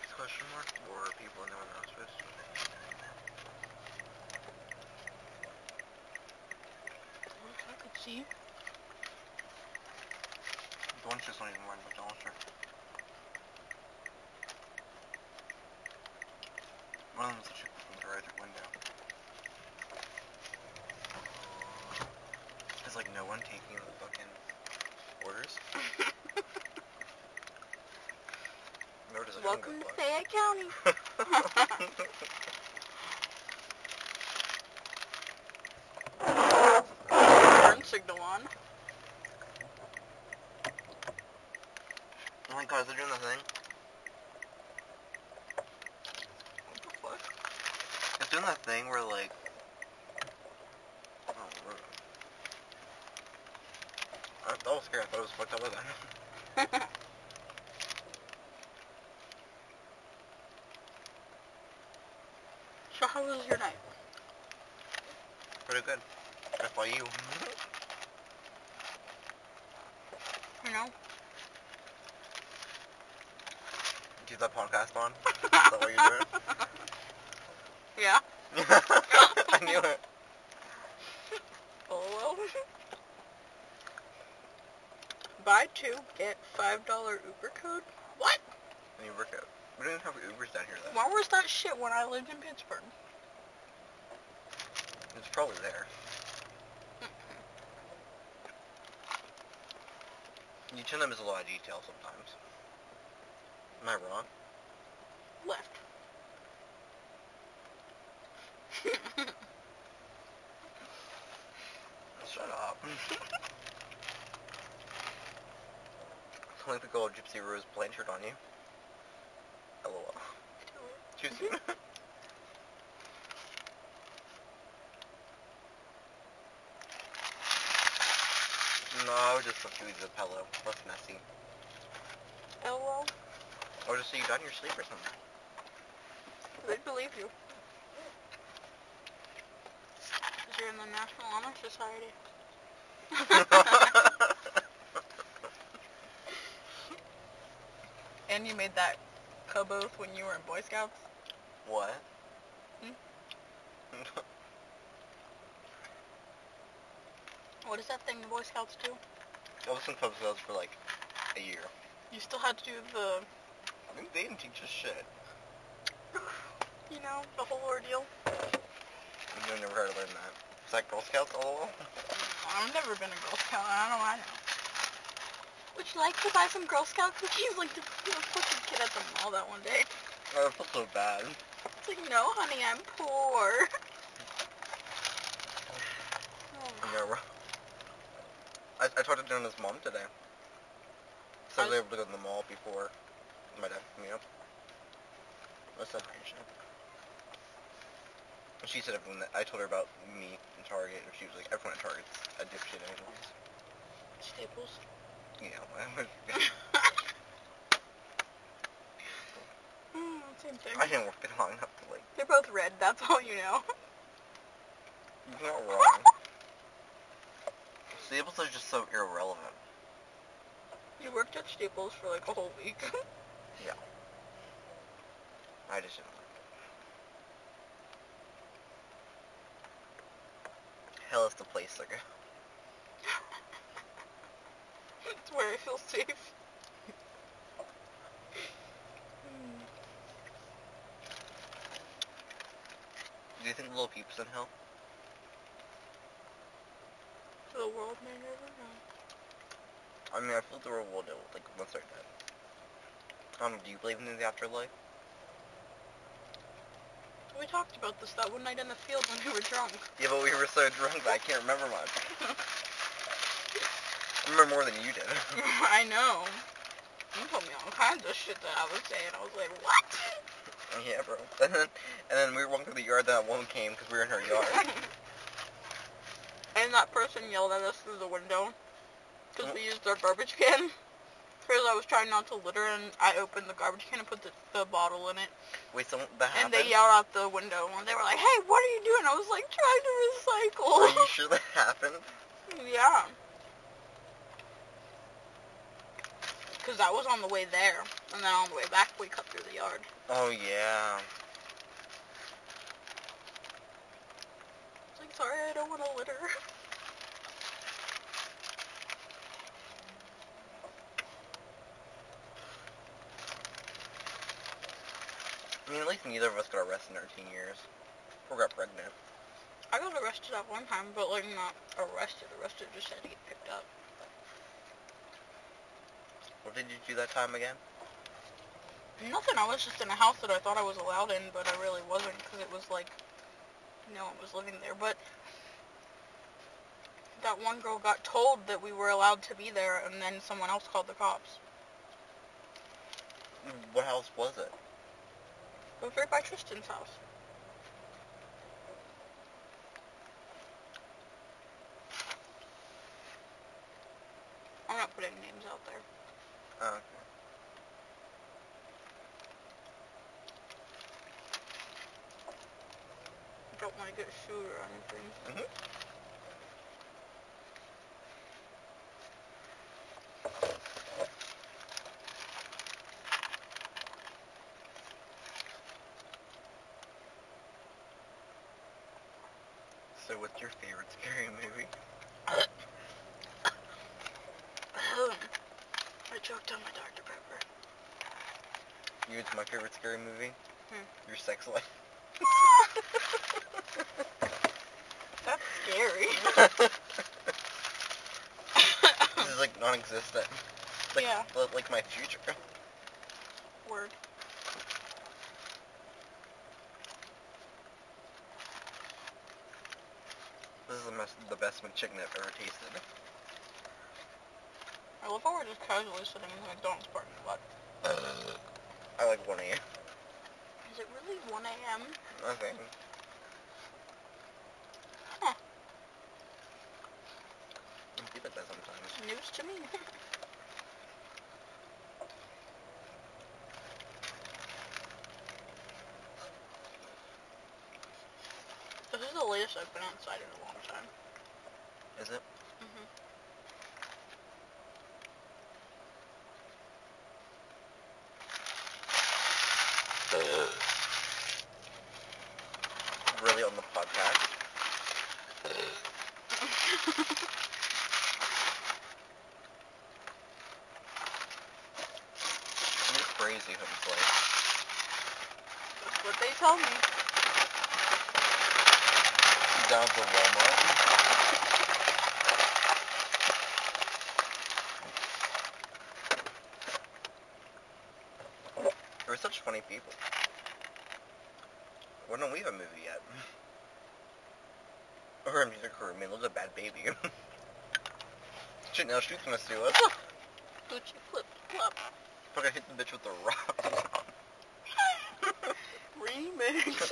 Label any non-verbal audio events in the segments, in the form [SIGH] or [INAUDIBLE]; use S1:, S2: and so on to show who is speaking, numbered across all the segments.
S1: somewhere? Or are people in there with an hospice?
S2: I could see you.
S1: The one's just not even wearing a doctor. One of them's the chick from the right window. There's like no one taking the fucking orders. Nor does it
S2: Welcome
S1: hunger
S2: to
S1: bug. [LAUGHS]
S2: Fayette County.
S1: Oh
S2: Turn signal on.
S1: oh my god, they're doing the thing. What the fuck? It's doing that thing where like... Oh, word. I, that was scary. I thought it was fucked up with that.
S2: [LAUGHS] So how was your night?
S1: [LAUGHS] Pretty good. That's why you.
S2: You know?
S1: Keep that podcast on. [LAUGHS] Is that what you're doing?
S2: Yeah.
S1: I knew it.
S2: [LAUGHS] Oh well. Buy two, get five dollar Uber code. What?
S1: And you work out. We don't even have Ubers down here though.
S2: Where was that shit when I lived in Pittsburgh?
S1: It's probably there. You tend to miss a lot of detail sometimes. Am I wrong?
S2: Left. [LAUGHS]
S1: Shut up. [LAUGHS] it's like the gold Gypsy Rose Blanchard on you. LOL. [LAUGHS] Too soon. no, I would just fuck you with the pillow. That's messy.
S2: Oh well,
S1: Or just so you got in your sleep or something.
S2: they believe you. 'Cause You're in the National Honor Society. [LAUGHS] and you made that cub oath when you were in Boy Scouts.
S1: [LAUGHS] what?
S2: Hmm? What is that thing the Boy Scouts do?
S1: [LAUGHS] I was in Cub Scouts for like a year.
S2: You still had to do the,
S1: I mean, they didn't teach us shit.
S2: you know, the whole ordeal.
S1: I've never heard of learn that. Is that Girl Scouts all
S2: I've never been a Girl Scout. I don't know. I know. Would you like to buy some Girl [LAUGHS] Scout cookies like the, the fucking kid at the mall that one day?
S1: I feel Oh, so bad.
S2: It's like, no, honey, I'm poor. [LAUGHS] Oh,
S1: Yeah, we're- I, I talked to Jonah's mom today. So
S2: I-
S1: they were to go to the mall before my dad picked me up. That's separation. And she said everyone that I told her about me and Target, and she was like, everyone at Target's a dipshit anyways.
S2: Staples.
S1: You know, [LAUGHS] I,
S2: [LAUGHS] Mm, same thing.
S1: I didn't work that long enough to like,
S2: They're both red. That's all you know. [LAUGHS]
S1: you're not wrong. Staples are just so irrelevant.
S2: You worked at Staples for like a whole week. [LAUGHS]
S1: I just didn't like it. Hell is the place to go.
S2: it's where I feel safe. Mm.
S1: [LAUGHS] Do you think Little Peep's in hell?
S2: The world may never know.
S1: I mean, I feel the world will know, like, once they're dead. Um, do you believe in the afterlife?
S2: We talked about this that one night in the field when we were drunk. [LAUGHS]
S1: Yeah, but we were so drunk that I can't remember much. [LAUGHS] I remember more than you did. [LAUGHS]
S2: I know. You told me all kinds of shit that I was saying. I was like, what?
S1: yeah, bro. And then, and then we were walking through the yard, that one came because we were in her yard.
S2: [LAUGHS] and that person yelled at us through the window because we used their garbage can. Because I was trying not to litter, and I opened the garbage can and put the, the bottle in it.
S1: Wait, so that
S2: And
S1: happened?
S2: they yelled out the window, and they were like, hey, what are you doing? I was like,
S1: Are
S2: trying to
S1: you sure that happened?
S2: recycle. [LAUGHS] yeah. Because I was on the way there, and then on the way back, we cut through the yard.
S1: Oh yeah.
S2: It's like, sorry, I don't want to litter.
S1: I mean, at least neither of us got arrested in 13 years. Or got pregnant.
S2: I got arrested at one time, but like not arrested. Arrested just had to get picked up.
S1: What did you do that time again?
S2: Nothing. I was just in a house that I thought I was allowed in, but I really wasn't because it was like no one was living there. But that one girl got told that we were allowed to be there, and then someone else called the cops.
S1: What house was it?
S2: It was right by Tristan's house. I'm not putting names out there.
S1: Oh.
S2: I don't want to get sued or anything.
S1: Mhm. So what's your favorite scary movie?
S2: I choked on my Dr. Pepper.
S1: You it's my favorite scary movie?
S2: Hmm.
S1: Your sex
S2: [LAUGHS]
S1: life.
S2: That's
S1: [LAUGHS]
S2: scary.
S1: this is like non-existent. It's like,
S2: Yeah.
S1: li- Like my future.
S2: Word.
S1: This is the best, the best chicken I've ever tasted.
S2: I love how we're just casually sitting in the McDonald's parking lot.
S1: I like one of you.
S2: Is it really 1 a.m.?
S1: I think.
S2: Huh.
S1: I feel like that sometimes.
S2: News to me. this is the latest I've been outside in a long time.
S1: Is it?
S2: hmm
S1: Uh, Really on the podcast? You're crazy, hopefully.
S2: That's what they tell me.
S1: Down to Walmart. We're such funny people. Why don't we have a movie yet? Or a music career. I mean, look at Bad Baby. [LAUGHS] Shit, now she's gonna sue us.
S2: Gucci flip flop.
S1: Fuck, I hit the bitch with the rock. [LAUGHS]
S2: Remix.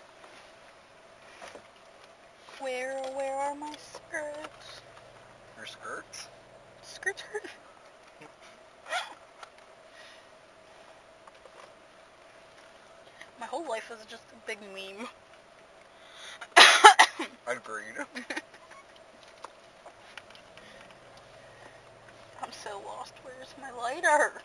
S2: [LAUGHS] where, oh, where are my skirts?
S1: Your skirts?
S2: Skirts? my whole life is just a big meme. [COUGHS]
S1: Agreed.
S2: I'm so lost. Where's my lighter?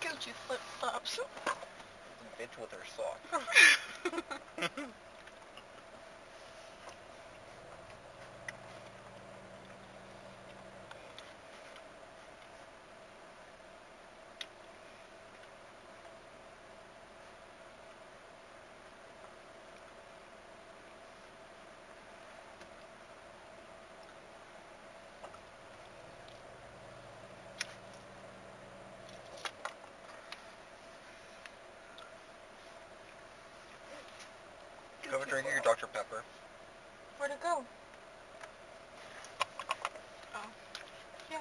S2: Gucci flip flops.
S1: The bitch with her sock. Have a drink of your Dr. Pepper.
S2: Where'd it go? Oh. Yeah.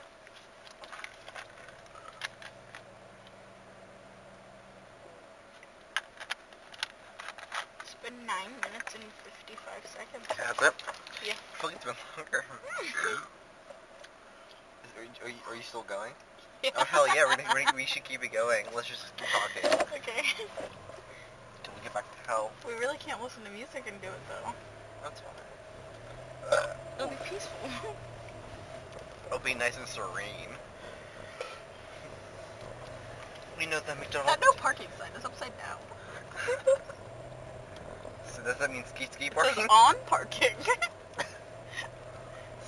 S2: It's been 9 minutes and 55 seconds.
S1: That's it.
S2: Yeah.
S1: Uh, Fuck, [LAUGHS] it's been
S2: [LAUGHS]
S1: longer. Is- Are you, are you, are you still going? Oh hell yeah, we're, gonna- we we should keep it going. Let's just keep talking.
S2: [LAUGHS] Okay.
S1: Can we get back to hell?
S2: We really can't listen to music and do it though.
S1: That's fine. Uh,
S2: [LAUGHS] It'll be peaceful.
S1: be nice and serene. [LAUGHS] We know that McDonald's.
S2: That no parking sign is upside down. [LAUGHS]
S1: So does that mean ski ski
S2: It says
S1: parking?
S2: on parking. [LAUGHS]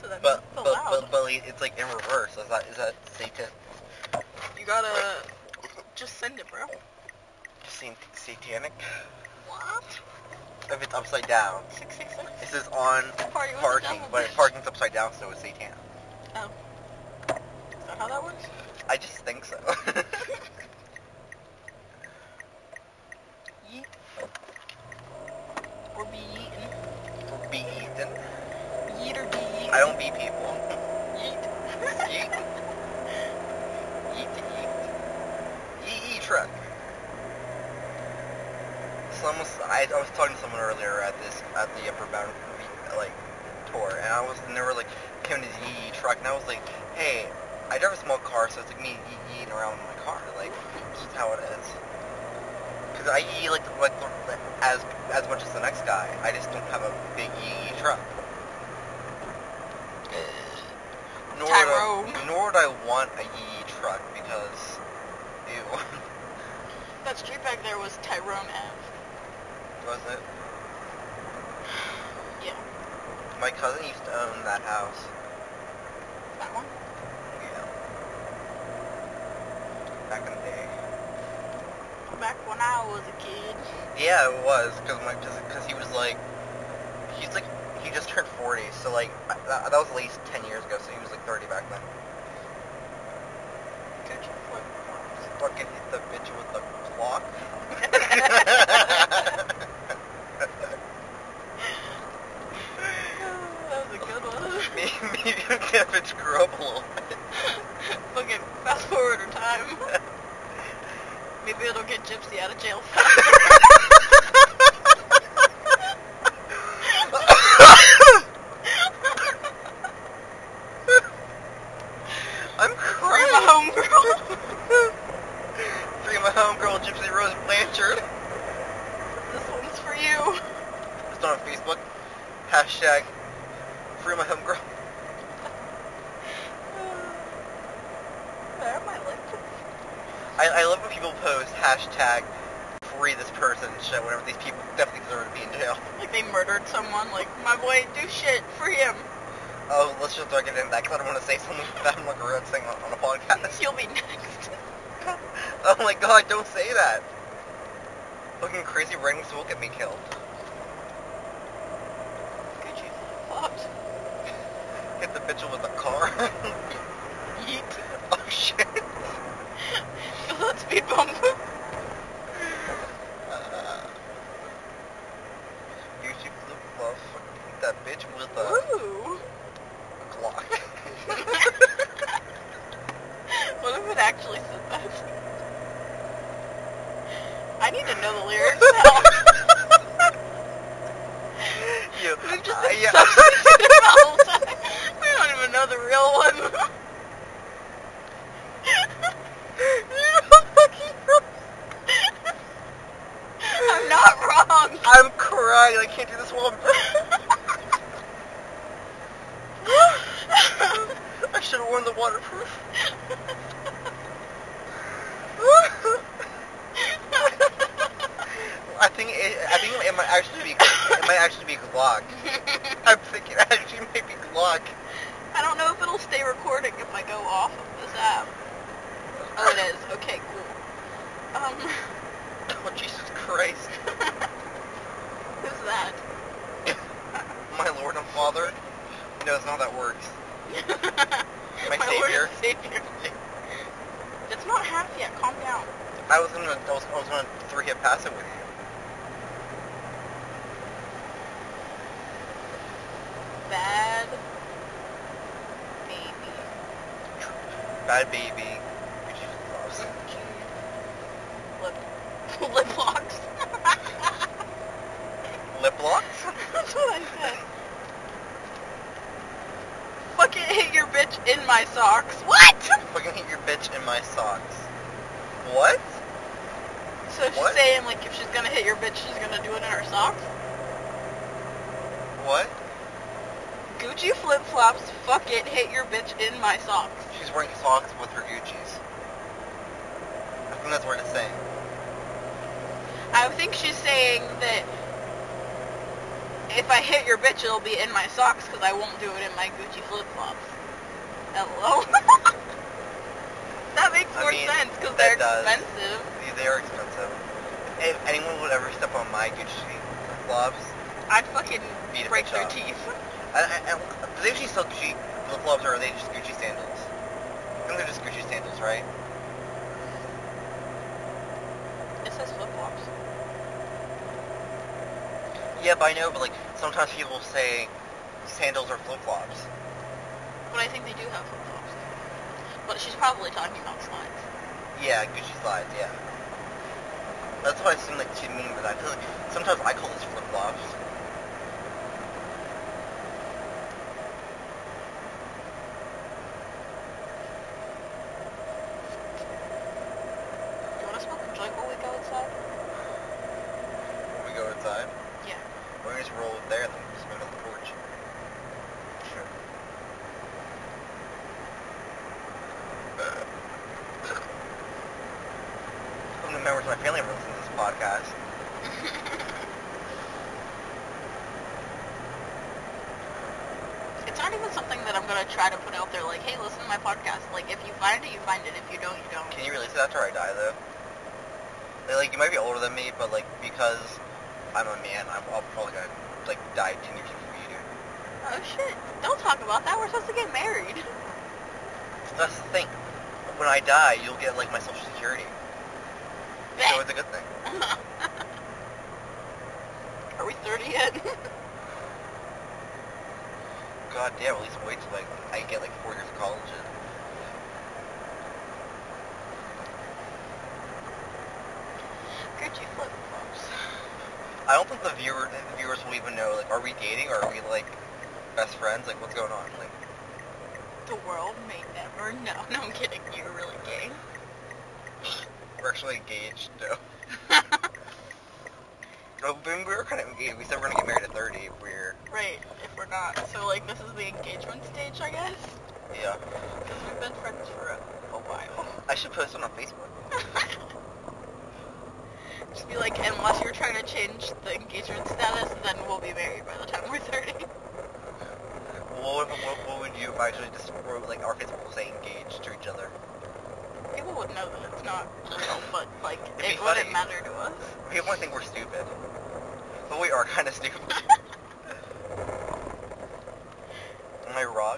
S2: so that
S1: But
S2: means it's
S1: but,
S2: allowed.
S1: but but it's like in reverse. Is that is that safe to
S2: you gotta just send it, bro.
S1: sat- satanic?
S2: What?
S1: If it's upside down,
S2: Six six six.
S1: it says on
S2: Party with the
S1: parking,
S2: devil,
S1: but
S2: bitch.
S1: parking's upside down, so it's satanic.
S2: Is that how that works? [LAUGHS]
S1: I just think so. [LAUGHS]
S2: Yeet. Or be yeeten.
S1: be eaten.
S2: Yeet or be yeet.
S1: I don't be people.
S2: Yeet.
S1: Yeet.
S2: [LAUGHS]
S1: Yeet yeet. Yee yee truck. Someone, was- I, I was talking to someone earlier at this at the Upper Bound like tour, and I was and they were like, Kevin is yee yee truck, and I was like, hey, I drive a small car, so it's like me yee yeeing around in my car, like it's just how it is. Cause I yee like like as as much as the next guy, I just don't have a big yee yee truck. Nor would I-
S2: Tyrone.
S1: nor would I want a yee yee truck because, ew. [LAUGHS]
S2: That street back there was Tyrone Ave.
S1: was it?
S2: [SIGHS] Yeah.
S1: My cousin used to own that house.
S2: That one.
S1: Yeah. Back in the day.
S2: Back when I was a kid.
S1: Yeah, it was because my because he was like he's like he just turned 40, so like I- that, that was at least 10 years ago, so he was like 30 back then.
S2: Coach Flip Flops.
S1: Fucking hit the bitch with the
S2: [LAUGHS]
S1: clock.
S2: that was a good one.
S1: [LAUGHS]
S2: [LAUGHS]
S1: maybe maybe that bitch grew up a little bit. [LAUGHS]
S2: Fucking fast forward her time. Maybe it'll get Gypsy out of jail. [LAUGHS]
S1: I'm
S2: Free
S1: crying.
S2: my homegirl.
S1: Free my homegirl, Gypsy Rose Blanchard.
S2: this one's for you. [SIGHS]
S1: It's not on Facebook. Hashtag free my homegirl.
S2: There, my lip.
S1: I, I love when people post hashtag free this person and shit whenever these people definitely deserve to be in jail.
S2: Like they murdered someone. Like my boy, do shit, free him.
S1: Oh, let's just not get into that because I don't want to say something [LAUGHS] that I'm like a red thing on, on a podcast.
S2: You'll be next.
S1: [LAUGHS]
S2: [LAUGHS]
S1: Oh my god, don't say that. Fucking crazy ratings will get me killed.
S2: Could you flops?
S1: Hit the bitch with a car. [LAUGHS]
S2: Yeet. [LAUGHS]
S1: oh shit.
S2: Let's be bump.
S1: Uh, YouTube Luke Love hit that bitch with a
S2: Ooh. [LAUGHS]
S1: [LAUGHS] clock.
S2: What if it actually said that? I need to know the lyrics now.
S1: you,
S2: We've just
S1: uh,
S2: been
S1: yeah.
S2: substituted the whole time. We don't even know the real one. [LAUGHS] I'm not wrong.
S1: I'm crying. I can't do this while I'm
S2: [LAUGHS]
S1: [LAUGHS] I should have worn the waterproof. I think it, I think it might actually be it might actually be Glock. I'm thinking it actually might be Glock.
S2: I don't know if it'll stay recording if I go off of this app. Oh, it is. Okay, cool. Um, [LAUGHS]
S1: Oh Jesus Christ,
S2: who's that?
S1: my Lord and Father. No, it's not how that works.
S2: My,
S1: savior.
S2: Lord and savior. It's not half yet. Calm down.
S1: I was gonna I was, I was gonna three hit pass it with you.
S2: Bad baby.
S1: Bad E baby. Jesus loves.
S2: Lip, lip [LAUGHS] locks. [LAUGHS]
S1: Lip locks.
S2: That's what I said. [LAUGHS] Fucking hit your bitch in my socks. What?
S1: [LAUGHS] Fucking hit your bitch in my socks. What?
S2: So she's
S1: What?
S2: saying like if she's gonna hit your bitch, she's gonna do it in her socks.
S1: What?
S2: Gucci flip flops. Fuck it. Hit your bitch in my socks.
S1: She's wearing socks with her Gucci's. I think that's what it's saying.
S2: I think she's saying that if I hit your bitch, it'll be in my socks because I won't do it in my Gucci flip flops. Hello. [LAUGHS] that makes
S1: I
S2: more
S1: mean,
S2: sense because
S1: that
S2: they're
S1: does.
S2: expensive.
S1: They- They are expensive. If anyone would ever step on my Gucci gloves,
S2: I'd fucking
S1: Beat a
S2: break
S1: bitch
S2: their
S1: up.
S2: teeth.
S1: I, I, I, do they actually sell Gucci flip flops or are they just Gucci sandals? I think they're just Gucci sandals, right?
S2: It says flip flops.
S1: Yeah, but I know, but like sometimes people say sandals or flip flops.
S2: But I think they do have flip flops. But she's probably talking about slides.
S1: Yeah, Gucci slides, yeah. That's what I seem like she mean by that. 'cause, like, sometimes I call this flip flops.
S2: Do you want to smoke a joint while we go [LAUGHS] outside?
S1: We go inside.
S2: Yeah.
S1: Or we just roll up there and then we just move on the porch. Sure. Some of the members of my family ever listen to this podcast.
S2: It's not even something that I'm gonna try to put out there. Like, hey, listen to my podcast. Like, if you find it, you find it. If you don't, you don't.
S1: Can you release it after I die, though? Like, Like, you might be older than me, but, like, because I'm a man, I'm, I'll probably gonna, like, die 10 years before you do.
S2: Oh shit! Don't talk about that. We're supposed to get married.
S1: That's the thing. When I die, you'll get, like, my social security.
S2: [LAUGHS]
S1: So it's a good thing.
S2: Are we 30 yet? [LAUGHS]
S1: God damn, at least wait till, like, I get, like, four years of college. in.
S2: Gucci flip flops.
S1: I don't think the, viewer, the viewers will even know, like, are we dating or are we, like, best friends? Like, what's going on? Like,
S2: The world may never know. No, I'm kidding. You're really gay.
S1: we're actually engaged, though. [LAUGHS] No, I mean, we were kind of engaged. We said we're gonna get married at 30. We're,
S2: [LAUGHS] right, if we're not. So, like, this is the engagement stage, I guess?
S1: yeah.
S2: Because we've been friends for a, a while. [LAUGHS]
S1: I should post it on Facebook.
S2: Just be like, unless you're trying to change the engagement status, then we'll be married by the time we're 30.
S1: What, what, what would you if I actually just wrote, like, our Facebook will say engaged to each other?
S2: People would know that it's not real, but, like,
S1: It'd be
S2: it wouldn't
S1: funny.
S2: matter to us.
S1: People might think we're stupid. But we are kind of
S2: [LAUGHS]
S1: stupid. Am I wrong?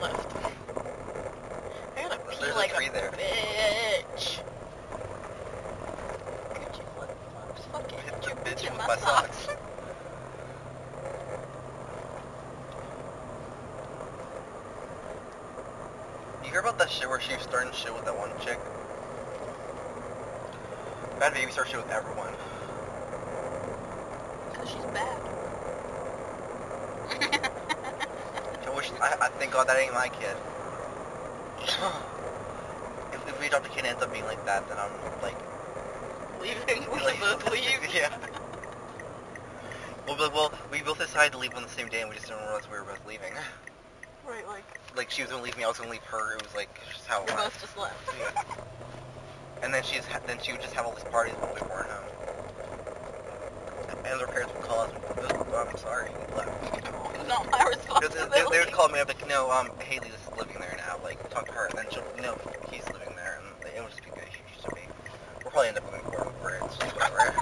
S2: Left. I gotta pee
S1: There's a
S2: like
S1: tree there.
S2: bitch. Gucci flip-flops. Fuck it.
S1: Hit the
S2: your
S1: bitch
S2: bitch in
S1: with
S2: my
S1: my
S2: socks.
S1: socks. You hear about that shit where she was starting shit with that one chick? Bad baby starts shit with everyone.
S2: Cause she's
S1: [LAUGHS]
S2: bad.
S1: I wish, I, I thank God that ain't my kid. if, if we adopt a kid and it ends up being like that, then I'm
S2: [LAUGHS]
S1: like,
S2: Leaving. We
S1: Like- [LAUGHS]
S2: should both leave.
S1: yeah. Well, but, well, we both decided to leave on the same day, and we just didn't realize we were both leaving.
S2: Right, like,
S1: Like, she was gonna leave me, I was gonna leave her. It was like just how it
S2: we
S1: was.
S2: both just left.
S1: Yeah. And then she's ha- then she would just have all these parties when we weren't home. And her parents would call us. and be like, "Oh, I'm sorry, we left.
S2: It's not my
S1: They,
S2: responsibility.
S1: they, they would call me up like, no, um, Haley's living there now. Like, talk to her. And then she'll no, he's living there, and like, it would just be good. She should be. We'll probably end up going court over it. It's just whatever.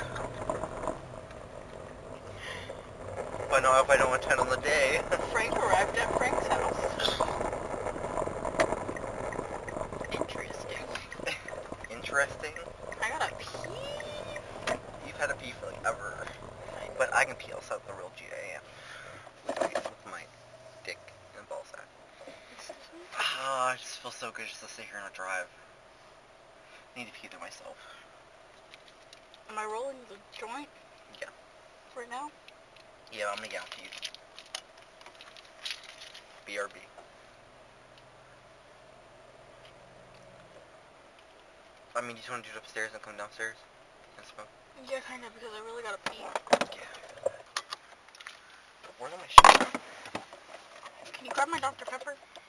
S1: but no, if I don't attend on the day, [LAUGHS]
S2: Frank arrived at Frank's house. Interesting.
S1: interesting.
S2: I gotta pee.
S1: You've had a pee for like ever, but I can pee outside the real GA with my, with my dick and ball sack. Oh, I just feel so good just to sit here and drive. I need to pee through myself.
S2: Am I rolling the joint
S1: Yeah,
S2: right now?
S1: yeah, I'm gonna get out to you. BRB. I mean, you just want to do it upstairs and come downstairs and smoke?
S2: Yeah, kinda, because I really gotta pee.
S1: Yeah. Where are my shoes?
S2: Can you grab my Dr. Pepper?